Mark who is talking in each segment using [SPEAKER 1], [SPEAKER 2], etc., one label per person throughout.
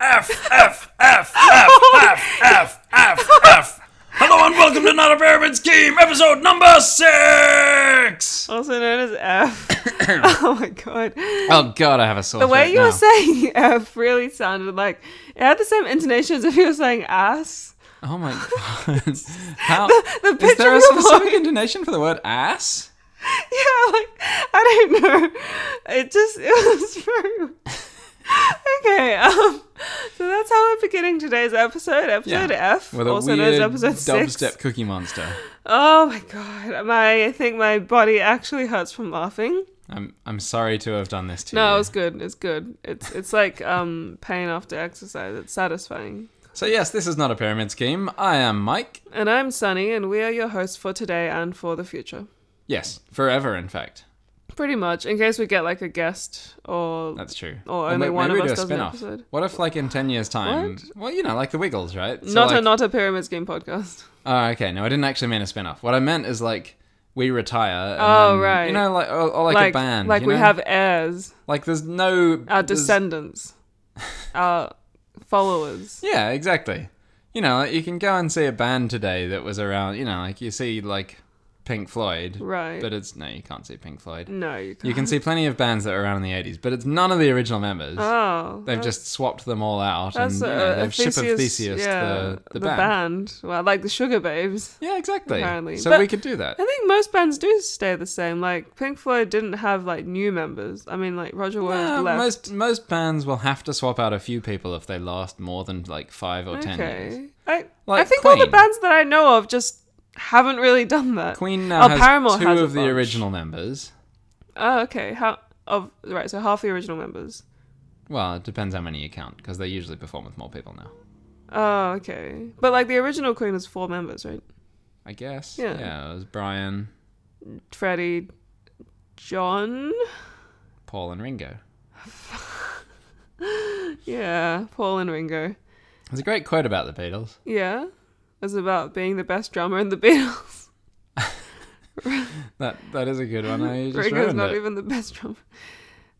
[SPEAKER 1] F F F F
[SPEAKER 2] Oh
[SPEAKER 1] F F F F. Hello and welcome to Not a Pyramid Scheme, episode number six.
[SPEAKER 2] Also known as F. oh my god.
[SPEAKER 1] Oh God, I have a sore
[SPEAKER 2] The way you were saying F really sounded like it had the same intonation as if you were saying ass.
[SPEAKER 1] Oh my God. How
[SPEAKER 2] the
[SPEAKER 1] is
[SPEAKER 2] picture
[SPEAKER 1] there a
[SPEAKER 2] of your
[SPEAKER 1] specific intonation for the word ass?
[SPEAKER 2] Yeah, like I don't know. It just it was true. okay, um, so that's how we're beginning today's episode, episode F,
[SPEAKER 1] With a
[SPEAKER 2] also known as
[SPEAKER 1] weird
[SPEAKER 2] episode
[SPEAKER 1] dubstep
[SPEAKER 2] six.
[SPEAKER 1] cookie monster.
[SPEAKER 2] Oh my god, my I think my body actually hurts from laughing.
[SPEAKER 1] I'm I'm sorry to have done this to
[SPEAKER 2] No,
[SPEAKER 1] you.
[SPEAKER 2] it's good. It's good. It's it's like um pain after exercise. It's satisfying.
[SPEAKER 1] So yes, this is not a pyramid scheme. I am Mike.
[SPEAKER 2] And I'm Sunny, and we are your hosts for today and for the future.
[SPEAKER 1] Yes, forever in fact.
[SPEAKER 2] Pretty much, in case we get like a guest or
[SPEAKER 1] That's true.
[SPEAKER 2] Or only
[SPEAKER 1] may-
[SPEAKER 2] one
[SPEAKER 1] maybe
[SPEAKER 2] of
[SPEAKER 1] we
[SPEAKER 2] us
[SPEAKER 1] do a
[SPEAKER 2] does an
[SPEAKER 1] spin-off.
[SPEAKER 2] episode.
[SPEAKER 1] What if, like, in ten years' time? Well, you know, like the Wiggles, right? So,
[SPEAKER 2] not
[SPEAKER 1] like,
[SPEAKER 2] a not a pyramid scheme podcast.
[SPEAKER 1] Oh, okay. No, I didn't actually mean a spin-off. What I meant is like we retire. and
[SPEAKER 2] Oh,
[SPEAKER 1] then-
[SPEAKER 2] right.
[SPEAKER 1] You know, like or, or like, a band.
[SPEAKER 2] like
[SPEAKER 1] you
[SPEAKER 2] we
[SPEAKER 1] know?
[SPEAKER 2] have heirs,
[SPEAKER 1] Like there's no
[SPEAKER 2] our
[SPEAKER 1] there's-
[SPEAKER 2] descendants, our followers.
[SPEAKER 1] Yeah, exactly. You know, like, you can go and see a band today that was around. You know, like you see like Pink Floyd,
[SPEAKER 2] Right.
[SPEAKER 1] but it's no, you can't see Pink Floyd.
[SPEAKER 2] no, you can't.
[SPEAKER 1] You can see plenty of bands that were around in the '80s, but it's none of the original members.
[SPEAKER 2] oh,
[SPEAKER 1] They've
[SPEAKER 2] that's-
[SPEAKER 1] just swapped them all out, and
[SPEAKER 2] that's
[SPEAKER 1] you
[SPEAKER 2] a,
[SPEAKER 1] know,
[SPEAKER 2] a
[SPEAKER 1] they've ship of Theseus
[SPEAKER 2] yeah,
[SPEAKER 1] the, the, band.
[SPEAKER 2] Well, like the Sugar Babes.
[SPEAKER 1] Yeah, exactly.
[SPEAKER 2] Apparently.
[SPEAKER 1] So
[SPEAKER 2] But-
[SPEAKER 1] we could do that.
[SPEAKER 2] I think most bands do stay the same. Like Pink Floyd didn't have like new members. I mean, like Roger Waters
[SPEAKER 1] Yeah,
[SPEAKER 2] left.
[SPEAKER 1] most most bands will have to swap out a few people if they last more than like five or ten years.
[SPEAKER 2] I, I
[SPEAKER 1] Like
[SPEAKER 2] think all the
[SPEAKER 1] Queen.
[SPEAKER 2] bands that I know of just haven't really done that.
[SPEAKER 1] Queen now
[SPEAKER 2] Oh,
[SPEAKER 1] has
[SPEAKER 2] Paramore
[SPEAKER 1] two
[SPEAKER 2] has a
[SPEAKER 1] of the
[SPEAKER 2] bunch.
[SPEAKER 1] original members.
[SPEAKER 2] Oh, okay. How of right? So half the original members.
[SPEAKER 1] Well, it depends how many you count because they usually perform with more people now.
[SPEAKER 2] Oh, okay. But like the original Queen was four members, right?
[SPEAKER 1] I guess.
[SPEAKER 2] Yeah.
[SPEAKER 1] it was Brian,
[SPEAKER 2] Freddie, John,
[SPEAKER 1] Paul, and Ringo.
[SPEAKER 2] yeah, Paul and Ringo.
[SPEAKER 1] There's a great quote about the Beatles.
[SPEAKER 2] Yeah, it was about being the best drummer in the Beatles.
[SPEAKER 1] That that is a good one. I just
[SPEAKER 2] Ringo's
[SPEAKER 1] ruined
[SPEAKER 2] not
[SPEAKER 1] it.
[SPEAKER 2] even the best drummer.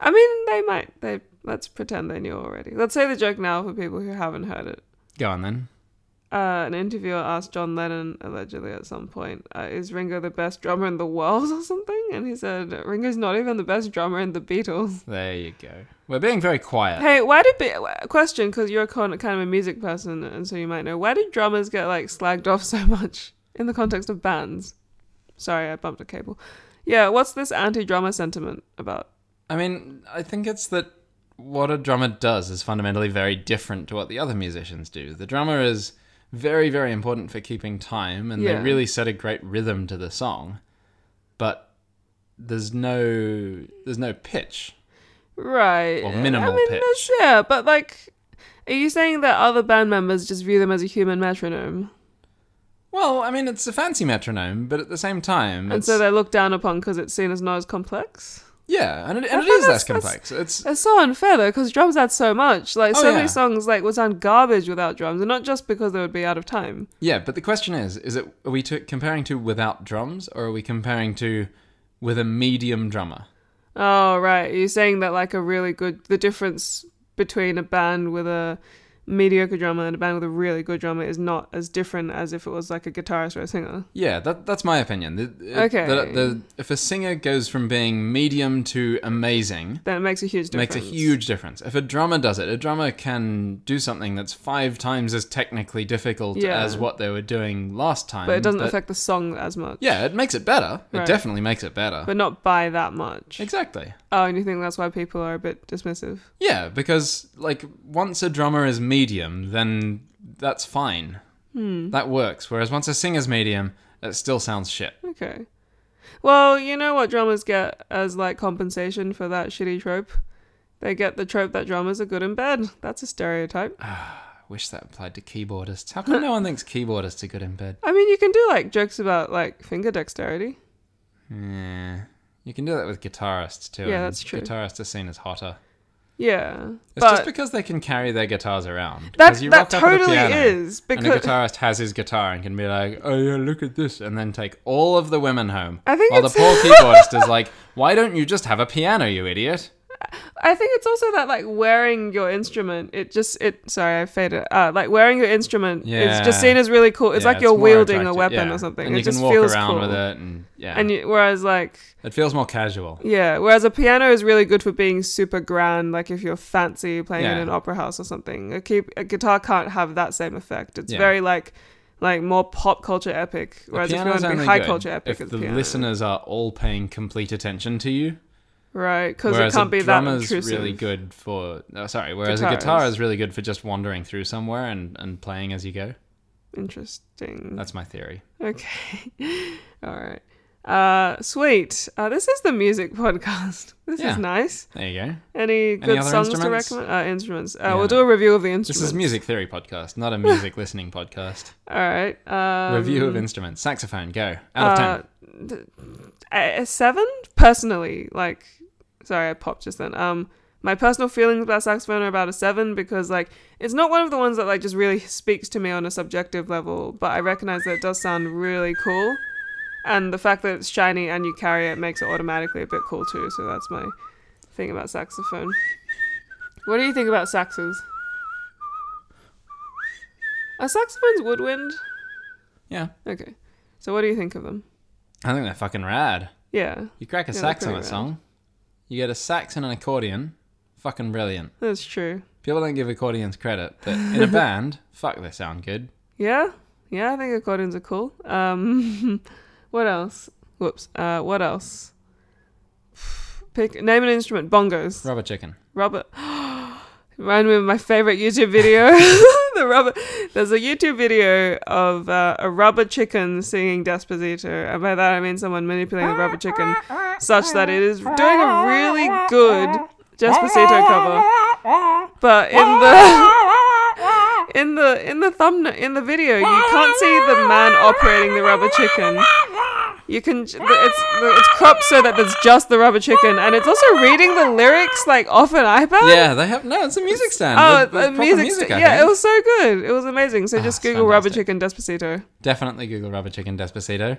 [SPEAKER 2] I mean, they might. They let's pretend they knew already. Let's say the joke now for people who haven't heard it.
[SPEAKER 1] Go on then.
[SPEAKER 2] uh, an interviewer asked John Lennon allegedly at some point, uh, "Is Ringo the best drummer in the world or something?" And he said, "Ringo's not even the best drummer in the Beatles."
[SPEAKER 1] There you go. We're being very quiet.
[SPEAKER 2] Hey, why did be- question? Because you're kind kind of a music person, and so you might know. Why did drummers get like slagged off so much in the context of bands? Sorry, I bumped a cable. Yeah, what's this anti-drummer sentiment about?
[SPEAKER 1] I mean, I think it's that what a drummer does is fundamentally very different to what the other musicians do. The drummer is very, very important for keeping time, and
[SPEAKER 2] Yeah.
[SPEAKER 1] they really set a great rhythm to the song. But there's no there's no pitch.
[SPEAKER 2] Right.
[SPEAKER 1] Or minimal
[SPEAKER 2] I mean,
[SPEAKER 1] pitch.
[SPEAKER 2] that's- yeah, but like, are you saying that other band members just view them as a human metronome?
[SPEAKER 1] Well, I mean, it's a fancy metronome, but at the same time,
[SPEAKER 2] And
[SPEAKER 1] it's,
[SPEAKER 2] so they're looked down upon because it's seen as not as complex.
[SPEAKER 1] yeah, and it, and it is
[SPEAKER 2] thought
[SPEAKER 1] less
[SPEAKER 2] that's- that's-
[SPEAKER 1] complex. It's
[SPEAKER 2] It's so unfair though, because drums add so much. Like
[SPEAKER 1] Oh,
[SPEAKER 2] so
[SPEAKER 1] yeah.
[SPEAKER 2] many songs like would sound garbage without drums, and not just because they would be out of time.
[SPEAKER 1] yeah, but the question is, is it are we to, comparing to without drums, or are we comparing to with a medium drummer?
[SPEAKER 2] Oh right, you're saying that like a really good the difference between a band with a mediocre drummer and a band with a really good drummer is not as different as if it was like a guitarist or a singer.
[SPEAKER 1] Yeah, that, that's my opinion. The, it-
[SPEAKER 2] Okay.
[SPEAKER 1] the- the- if a singer goes from being medium to amazing,
[SPEAKER 2] Then it makes a huge
[SPEAKER 1] it
[SPEAKER 2] difference.
[SPEAKER 1] makes a huge difference. If a drummer does it, a drummer can do something that's five times as technically difficult
[SPEAKER 2] Yeah.
[SPEAKER 1] as what they were doing last time.
[SPEAKER 2] but it doesn't affect the song as much.
[SPEAKER 1] Yeah, it makes it better. It
[SPEAKER 2] Right.
[SPEAKER 1] definitely makes it better.
[SPEAKER 2] But not by that much.
[SPEAKER 1] exactly.
[SPEAKER 2] Oh, and you think that's why people are a bit dismissive?
[SPEAKER 1] Yeah, because like once a drummer is medium, then that's fine.
[SPEAKER 2] Hmm.
[SPEAKER 1] That works. Whereas once a singer's medium, it still sounds shit.
[SPEAKER 2] Okay. Well, you know what drummers get as like compensation for that shitty trope? They get the trope that drummers are good in bed. That's a stereotype.
[SPEAKER 1] Uh, I wish that applied to keyboardists. How come no one thinks keyboardists are good in bed?
[SPEAKER 2] I mean, you can do like jokes about like finger dexterity.
[SPEAKER 1] Yeah. You can do that with guitarists too.
[SPEAKER 2] Yeah,
[SPEAKER 1] and
[SPEAKER 2] that's true.
[SPEAKER 1] Guitarists are seen as hotter.
[SPEAKER 2] Yeah.
[SPEAKER 1] It's
[SPEAKER 2] but
[SPEAKER 1] just because they can carry their guitars around.
[SPEAKER 2] that,
[SPEAKER 1] 'Cause you
[SPEAKER 2] that
[SPEAKER 1] rock up at a
[SPEAKER 2] totally
[SPEAKER 1] piano,
[SPEAKER 2] is.
[SPEAKER 1] And a
[SPEAKER 2] Because
[SPEAKER 1] guitarist has his guitar and can be like, "Oh yeah, look at this," and then take all of the women home.
[SPEAKER 2] I think
[SPEAKER 1] while the
[SPEAKER 2] it's-
[SPEAKER 1] poor keyboardist is like, "Why don't you just have a piano, you idiot?"
[SPEAKER 2] I think it's also that like wearing your instrument, it just it sorry I faded uh, like wearing your instrument is
[SPEAKER 1] Yeah.
[SPEAKER 2] just seen as really cool. It's
[SPEAKER 1] Yeah,
[SPEAKER 2] like you're
[SPEAKER 1] more
[SPEAKER 2] wielding a
[SPEAKER 1] attractive,
[SPEAKER 2] weapon
[SPEAKER 1] yeah.
[SPEAKER 2] or something.
[SPEAKER 1] And
[SPEAKER 2] it
[SPEAKER 1] you
[SPEAKER 2] just
[SPEAKER 1] can walk
[SPEAKER 2] feels
[SPEAKER 1] around
[SPEAKER 2] cool.
[SPEAKER 1] with it, and yeah,
[SPEAKER 2] And you, whereas like
[SPEAKER 1] it feels more casual.
[SPEAKER 2] yeah, whereas a piano is really good for being super grand. Like if you're fancy playing in
[SPEAKER 1] Yeah.
[SPEAKER 2] an opera house or something, a, key, a guitar can't have that same effect. It's
[SPEAKER 1] Yeah.
[SPEAKER 2] very like like more pop culture epic.
[SPEAKER 1] The
[SPEAKER 2] Whereas if you want
[SPEAKER 1] piano's
[SPEAKER 2] to be
[SPEAKER 1] only
[SPEAKER 2] high
[SPEAKER 1] good
[SPEAKER 2] culture epic,
[SPEAKER 1] if
[SPEAKER 2] it's
[SPEAKER 1] the
[SPEAKER 2] piano.
[SPEAKER 1] listeners are all paying complete attention to you.
[SPEAKER 2] right? Because it
[SPEAKER 1] Whereas a
[SPEAKER 2] can't be that
[SPEAKER 1] drummer's
[SPEAKER 2] intrusive.
[SPEAKER 1] really good for oh, sorry. Whereas a guitar
[SPEAKER 2] Guitarist.
[SPEAKER 1] is really good for just wandering through somewhere and, and playing as you go.
[SPEAKER 2] Interesting.
[SPEAKER 1] That's my theory.
[SPEAKER 2] Okay. All right. Uh, sweet. Uh, this is the music podcast. This
[SPEAKER 1] Yeah.
[SPEAKER 2] is nice.
[SPEAKER 1] There you go.
[SPEAKER 2] Any good
[SPEAKER 1] other
[SPEAKER 2] songs to
[SPEAKER 1] instruments?
[SPEAKER 2] recommend? Uh, instruments. Uh,
[SPEAKER 1] Yeah.
[SPEAKER 2] We'll do a review of the instruments.
[SPEAKER 1] This is music theory podcast, not a music listening podcast.
[SPEAKER 2] All right. Um,
[SPEAKER 1] Review of instruments. Saxophone. Go out of ten.
[SPEAKER 2] uh, th- a- a seven personally. Like, sorry, I popped just then. Um, my personal feelings about saxophone are about a seven because like it's not one of the ones that like just really speaks to me on a subjective level, but I recognize that it does sound really cool, and the fact that it's shiny and you carry it makes it automatically a bit cool too. So that's my thing about saxophone. What do you think about saxes? Are saxophones woodwind?
[SPEAKER 1] Yeah,
[SPEAKER 2] Okay. So what do you think of them?
[SPEAKER 1] I think they're fucking rad.
[SPEAKER 2] Yeah.
[SPEAKER 1] You crack a
[SPEAKER 2] Yeah, they're
[SPEAKER 1] sax on
[SPEAKER 2] pretty
[SPEAKER 1] a
[SPEAKER 2] rad.
[SPEAKER 1] song. You get a sax and an accordion. Fucking brilliant.
[SPEAKER 2] That's true.
[SPEAKER 1] People don't give accordions credit, but in a band, fuck, they sound good.
[SPEAKER 2] Yeah, yeah, I think accordions are cool. Um, what else? Whoops. Uh, what else? Pick name an instrument. Bongos.
[SPEAKER 1] Rubber chicken.
[SPEAKER 2] Robert. Remind me of my favorite YouTube video. the rubber. There's a YouTube video of uh, a rubber chicken singing Despacito, and by that I mean someone manipulating the rubber chicken such that it is doing a really good Despacito cover. But in the in the in the thumbnail in the video, you can't see the man operating the rubber chicken. You can j- the- it's the- it's cropped so that there's just the rubber chicken, and it's also reading the lyrics like off an iPad.
[SPEAKER 1] Yeah, they have no. It's a music stand.
[SPEAKER 2] Um, Oh,
[SPEAKER 1] With- with
[SPEAKER 2] the
[SPEAKER 1] proper
[SPEAKER 2] music!
[SPEAKER 1] I
[SPEAKER 2] yeah,
[SPEAKER 1] think. Ah,
[SPEAKER 2] it was so good. It was amazing. So just
[SPEAKER 1] it's
[SPEAKER 2] Google rubber
[SPEAKER 1] fantastic.
[SPEAKER 2] chicken Despacito
[SPEAKER 1] definitely Google rubber chicken despacito.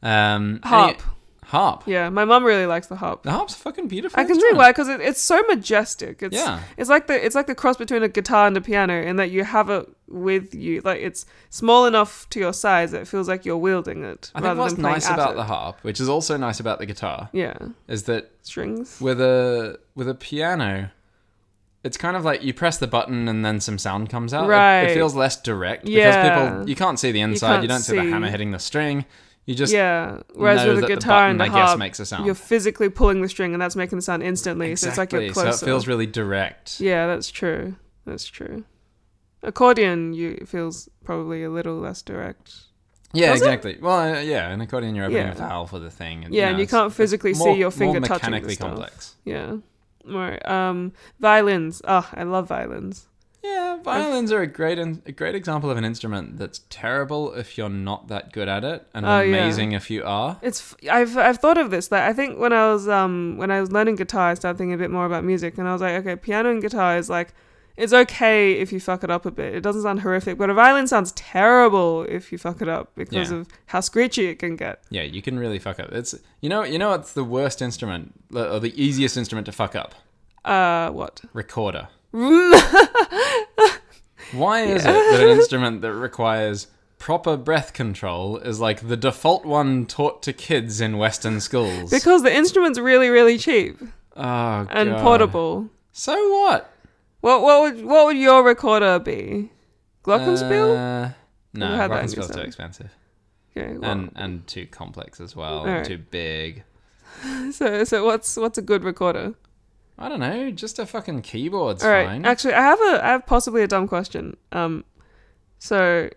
[SPEAKER 1] Um,
[SPEAKER 2] harp.
[SPEAKER 1] any- harp.
[SPEAKER 2] Yeah, my mum really likes the harp.
[SPEAKER 1] The harp's a fucking beautiful.
[SPEAKER 2] I can see
[SPEAKER 1] instrument.
[SPEAKER 2] why, because it, it's so majestic. It's
[SPEAKER 1] Yeah.
[SPEAKER 2] it's like the it's like the cross between a guitar and a piano, in that you have it with you. Like it's small enough to your size that it feels like you're wielding it.
[SPEAKER 1] I
[SPEAKER 2] rather
[SPEAKER 1] think what's
[SPEAKER 2] than playing
[SPEAKER 1] nice
[SPEAKER 2] at
[SPEAKER 1] about
[SPEAKER 2] it.
[SPEAKER 1] the harp, which is also nice about the guitar,
[SPEAKER 2] yeah
[SPEAKER 1] is that
[SPEAKER 2] strings.
[SPEAKER 1] with a with a piano, it's kind of like you press the button and then some sound comes out. It- It,
[SPEAKER 2] Right.
[SPEAKER 1] feels less direct because
[SPEAKER 2] Yeah.
[SPEAKER 1] people you can't see the inside. You,
[SPEAKER 2] can't
[SPEAKER 1] don't see. the
[SPEAKER 2] see.
[SPEAKER 1] hammer hitting the string. You just
[SPEAKER 2] Yeah, whereas
[SPEAKER 1] know
[SPEAKER 2] with a
[SPEAKER 1] that the
[SPEAKER 2] guitar
[SPEAKER 1] button,
[SPEAKER 2] and a
[SPEAKER 1] I guess,
[SPEAKER 2] harp,
[SPEAKER 1] makes a sound.
[SPEAKER 2] you're physically pulling the string, and that's making the sound instantly. So it's like
[SPEAKER 1] exactly.
[SPEAKER 2] you're closer.
[SPEAKER 1] So it feels really direct.
[SPEAKER 2] Yeah, that's true. That's true. Accordion, you it feels probably a little less direct.
[SPEAKER 1] Yeah,
[SPEAKER 2] Does it?
[SPEAKER 1] exactly. Well, uh, yeah, an accordion you're opening
[SPEAKER 2] Yeah.
[SPEAKER 1] a valve with a thing. And,
[SPEAKER 2] Yeah, and
[SPEAKER 1] know,
[SPEAKER 2] you
[SPEAKER 1] it's-
[SPEAKER 2] can't
[SPEAKER 1] it's
[SPEAKER 2] physically see
[SPEAKER 1] more-
[SPEAKER 2] your finger
[SPEAKER 1] more
[SPEAKER 2] touching the
[SPEAKER 1] mechanically
[SPEAKER 2] stuff.
[SPEAKER 1] complex.
[SPEAKER 2] Yeah. More um violins. Oh, I love violins.
[SPEAKER 1] Yeah, violins are a great in, a great example of an instrument that's terrible if you're not that good at it, and
[SPEAKER 2] Oh, yeah.
[SPEAKER 1] amazing if you are.
[SPEAKER 2] It's f- I've I've thought of this. Like I think when I was um when I was learning guitar, I started thinking a bit more about music, and I was like, okay, piano and guitar is like it's okay if you fuck it up a bit. It doesn't sound horrific, but a violin sounds terrible if you fuck it up because
[SPEAKER 1] Yeah.
[SPEAKER 2] of how screechy it can get.
[SPEAKER 1] Yeah, you can really fuck up. It's you know you know what's the worst instrument the- or the easiest instrument to fuck up?
[SPEAKER 2] Uh, what?
[SPEAKER 1] Recorder. Why is it that an instrument that requires proper breath control is like the default one taught to kids in Western schools?
[SPEAKER 2] Because the instrument's really, really cheap
[SPEAKER 1] oh,
[SPEAKER 2] and
[SPEAKER 1] God.
[SPEAKER 2] portable.
[SPEAKER 1] So what?
[SPEAKER 2] What what would what would your recorder be? Glockenspiel?
[SPEAKER 1] Uh, no,
[SPEAKER 2] Never had that in
[SPEAKER 1] Glockenspiel's too
[SPEAKER 2] yourself.
[SPEAKER 1] expensive
[SPEAKER 2] okay. Well,
[SPEAKER 1] and and too complex as well,
[SPEAKER 2] Alright.
[SPEAKER 1] and too big.
[SPEAKER 2] so so what's what's a good recorder?
[SPEAKER 1] I don't know, just a fucking keyboard's
[SPEAKER 2] All right.
[SPEAKER 1] fine.
[SPEAKER 2] Actually, I have a I have possibly a dumb question. Um, so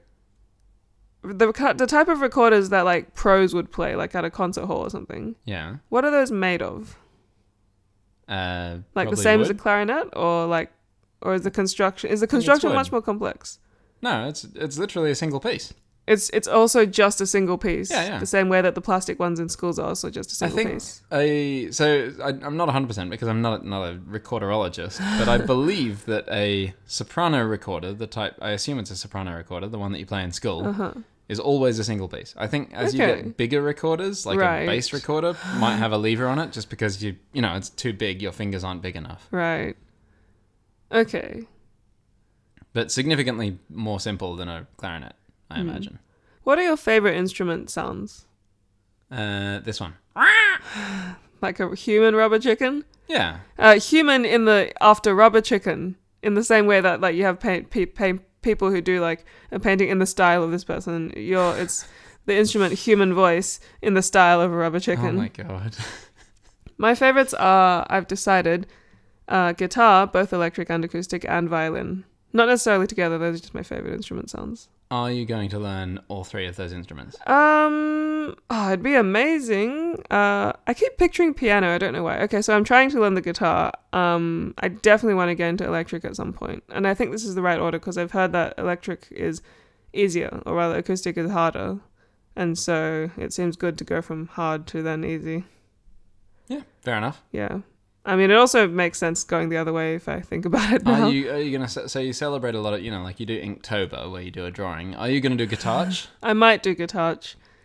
[SPEAKER 2] the reco- the type of recorders that like pros would play, like at a concert hall or something,
[SPEAKER 1] yeah,
[SPEAKER 2] what are those made of?
[SPEAKER 1] uh,
[SPEAKER 2] Like
[SPEAKER 1] probably
[SPEAKER 2] the same as a
[SPEAKER 1] wood.
[SPEAKER 2] clarinet, or like, or is the construction is
[SPEAKER 1] think
[SPEAKER 2] the
[SPEAKER 1] it's
[SPEAKER 2] construction
[SPEAKER 1] wood.
[SPEAKER 2] much more complex?
[SPEAKER 1] no, it's it's literally a single piece.
[SPEAKER 2] It's it's also just a single piece.
[SPEAKER 1] Yeah, yeah.
[SPEAKER 2] The same way that the plastic ones in schools are also just a
[SPEAKER 1] I
[SPEAKER 2] single
[SPEAKER 1] think
[SPEAKER 2] piece.
[SPEAKER 1] a so I, I'm not 100 percent because I'm not not a recorderologist, but I believe that a soprano recorder, the type I assume it's a soprano recorder, the one that you play in school, is always a single bass. I think as you
[SPEAKER 2] Uh-huh. Okay.
[SPEAKER 1] get bigger recorders, like
[SPEAKER 2] Right.
[SPEAKER 1] a bass recorder might have a lever on it just because you you know, it's too big, your fingers aren't big enough.
[SPEAKER 2] Right. Okay.
[SPEAKER 1] But significantly more simple than a clarinet, I
[SPEAKER 2] Hmm.
[SPEAKER 1] imagine.
[SPEAKER 2] What are your favorite instrument sounds?
[SPEAKER 1] Uh, this one.
[SPEAKER 2] Like a human rubber chicken?
[SPEAKER 1] Yeah.
[SPEAKER 2] Uh, human in the after rubber chicken, in the same way that like you have paint, pe- paint people who do like a painting in the style of this person. Your it's the instrument human voice in the style of a rubber chicken.
[SPEAKER 1] Oh my god.
[SPEAKER 2] My favorites are, I've decided, uh, guitar, both electric and acoustic, and violin. Not necessarily together, those are just my favorite instrument sounds.
[SPEAKER 1] Are you going to learn all three of those instruments?
[SPEAKER 2] Um, oh, it'd be amazing. Uh, I keep picturing piano, I don't know why. Okay, so I'm trying to learn the guitar. Um, I definitely want to get into electric at some point. And I think this is the right order because I've heard that electric is easier, or rather, acoustic is harder. And so it seems good to go from hard to then easy.
[SPEAKER 1] Yeah, fair enough.
[SPEAKER 2] Yeah. I mean, it also makes sense going the other way if I think about it now.
[SPEAKER 1] Are you are you gonna se- so you celebrate a lot of you know like you do Inktober where you do a drawing? Are you gonna do guitarch?
[SPEAKER 2] I might do guitar,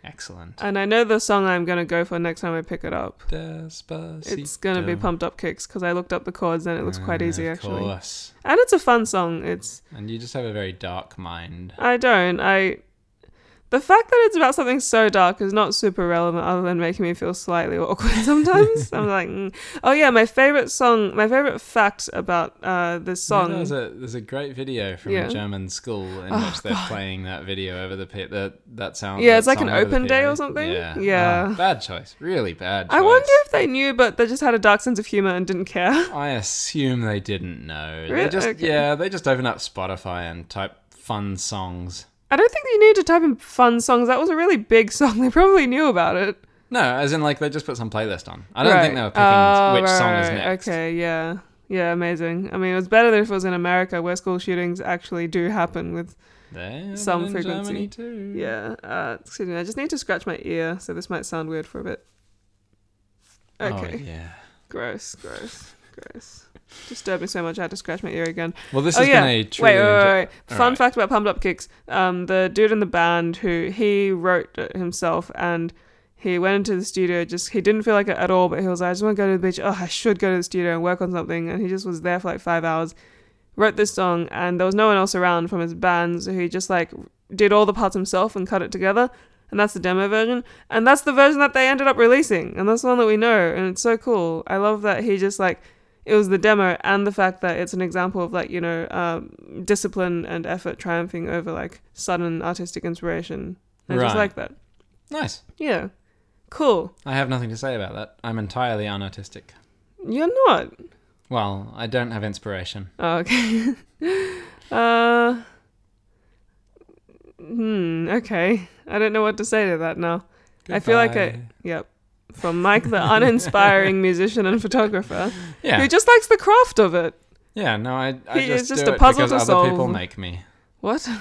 [SPEAKER 1] Excellent.
[SPEAKER 2] and I know the song I'm going to go for next time I pick it up.
[SPEAKER 1] Despacito.
[SPEAKER 2] It's going to be Pumped Up Kicks because I looked up the chords and it looks quite
[SPEAKER 1] Ah,
[SPEAKER 2] easy,
[SPEAKER 1] of
[SPEAKER 2] actually.
[SPEAKER 1] course.
[SPEAKER 2] And it's a fun song. It's,
[SPEAKER 1] And you just have a very dark mind.
[SPEAKER 2] I don't, I. The fact that it's about something so dark is not super relevant other than making me feel slightly awkward sometimes. I'm like, mm. oh yeah, my favorite song, my favorite fact about uh, this
[SPEAKER 1] Yeah,
[SPEAKER 2] song.
[SPEAKER 1] There's a there's a great video from
[SPEAKER 2] Yeah. Oh,
[SPEAKER 1] a German school in which they're playing that video over the pa- that that sound.
[SPEAKER 2] Yeah,
[SPEAKER 1] that
[SPEAKER 2] it's like an
[SPEAKER 1] song over the
[SPEAKER 2] open day
[SPEAKER 1] PA.
[SPEAKER 2] or something?
[SPEAKER 1] Yeah,
[SPEAKER 2] Yeah.
[SPEAKER 1] Ah, bad choice, really bad. Choice.
[SPEAKER 2] I wonder if they knew, but they just had a dark sense of humor and didn't care.
[SPEAKER 1] I assume they didn't know.
[SPEAKER 2] Really?
[SPEAKER 1] They just
[SPEAKER 2] Okay.
[SPEAKER 1] yeah, they just open up Spotify and type fun songs.
[SPEAKER 2] I don't think you need to type in fun songs. That was a really big song. They probably knew about it.
[SPEAKER 1] No, as in like they just put some playlist on. I don't think they were picking
[SPEAKER 2] Oh,
[SPEAKER 1] which
[SPEAKER 2] right,
[SPEAKER 1] song is
[SPEAKER 2] right,
[SPEAKER 1] next.
[SPEAKER 2] Okay, yeah. Yeah, amazing. I mean, it was better than if it was in America where school shootings actually do happen with.
[SPEAKER 1] They're
[SPEAKER 2] Some
[SPEAKER 1] in
[SPEAKER 2] frequency.
[SPEAKER 1] Germany too.
[SPEAKER 2] Yeah, uh, excuse me. I just need to scratch my ear, so this might sound weird for a bit.
[SPEAKER 1] Oh,
[SPEAKER 2] Okay.
[SPEAKER 1] yeah.
[SPEAKER 2] Gross, gross, gross. Disturbed me so much I had to scratch my ear again.
[SPEAKER 1] Well, this
[SPEAKER 2] oh
[SPEAKER 1] has
[SPEAKER 2] yeah.
[SPEAKER 1] been a
[SPEAKER 2] wait,
[SPEAKER 1] truly
[SPEAKER 2] wait, wait,
[SPEAKER 1] enjoy-
[SPEAKER 2] wait.
[SPEAKER 1] All
[SPEAKER 2] Fun
[SPEAKER 1] right.
[SPEAKER 2] fact about Pumped Up Kicks: um, the dude in the band who he wrote it himself, and he went into the studio. Just he didn't feel like it at all, but he was like, "I just want to go to the beach. Oh, I should go to the studio and work on something." And he just was there for like five hours, wrote this song, and there was no one else around from his band, so he just like did all the parts himself and cut it together. And that's the demo version. And that's the version that they ended up releasing. And that's the one that we know. And it's so cool. I love that he just like it was the demo and the fact that it's an example of like you know um, discipline and effort triumphing over like sudden artistic inspiration and just
[SPEAKER 1] Right.
[SPEAKER 2] like that
[SPEAKER 1] Nice.
[SPEAKER 2] yeah cool
[SPEAKER 1] I have nothing to say about that. I'm entirely unartistic.
[SPEAKER 2] you're not
[SPEAKER 1] Well, I don't have inspiration.
[SPEAKER 2] oh, okay uh hmm okay i don't know what to say to that now i feel like i
[SPEAKER 1] Goodbye.
[SPEAKER 2] yep from mike the uninspiring musician and photographer
[SPEAKER 1] Yeah.
[SPEAKER 2] who just likes the craft of it
[SPEAKER 1] Yeah, no, I, I
[SPEAKER 2] He-
[SPEAKER 1] just,
[SPEAKER 2] it's just
[SPEAKER 1] do
[SPEAKER 2] a
[SPEAKER 1] it
[SPEAKER 2] puzzle
[SPEAKER 1] because
[SPEAKER 2] to
[SPEAKER 1] other people
[SPEAKER 2] solve.
[SPEAKER 1] make me.
[SPEAKER 2] What?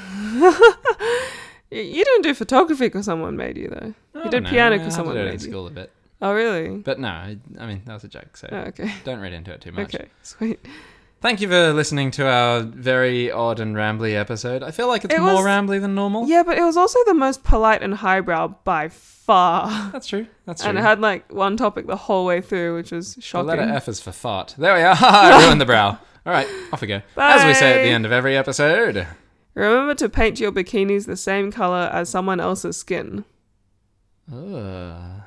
[SPEAKER 2] You- you didn't do photography because someone made you, though.
[SPEAKER 1] I
[SPEAKER 2] you
[SPEAKER 1] don't
[SPEAKER 2] did
[SPEAKER 1] know,
[SPEAKER 2] piano
[SPEAKER 1] I had
[SPEAKER 2] because
[SPEAKER 1] to
[SPEAKER 2] someone
[SPEAKER 1] do it in
[SPEAKER 2] made you.
[SPEAKER 1] school a bit.
[SPEAKER 2] Oh, really?
[SPEAKER 1] But no, I, I mean, that was a joke, so
[SPEAKER 2] Oh, okay.
[SPEAKER 1] don't read into it too much.
[SPEAKER 2] Okay. Sweet.
[SPEAKER 1] Thank you for listening to our very odd and rambly episode. I feel like it's
[SPEAKER 2] It
[SPEAKER 1] more
[SPEAKER 2] was-
[SPEAKER 1] rambly than normal.
[SPEAKER 2] Yeah, but it was also the most polite and highbrow by far.
[SPEAKER 1] That's true. That's true.
[SPEAKER 2] And it had like one topic the whole way through, which was
[SPEAKER 1] the
[SPEAKER 2] shocking.
[SPEAKER 1] letter F is for fart. There we are. I ruined the brow. All right, off we go. As we say at the
[SPEAKER 2] Bye.
[SPEAKER 1] end of every episode.
[SPEAKER 2] Remember to paint your bikinis the same color as someone else's skin.
[SPEAKER 1] Ugh.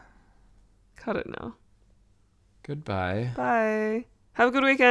[SPEAKER 2] Cut it now.
[SPEAKER 1] goodbye.
[SPEAKER 2] Bye. Have a good weekend.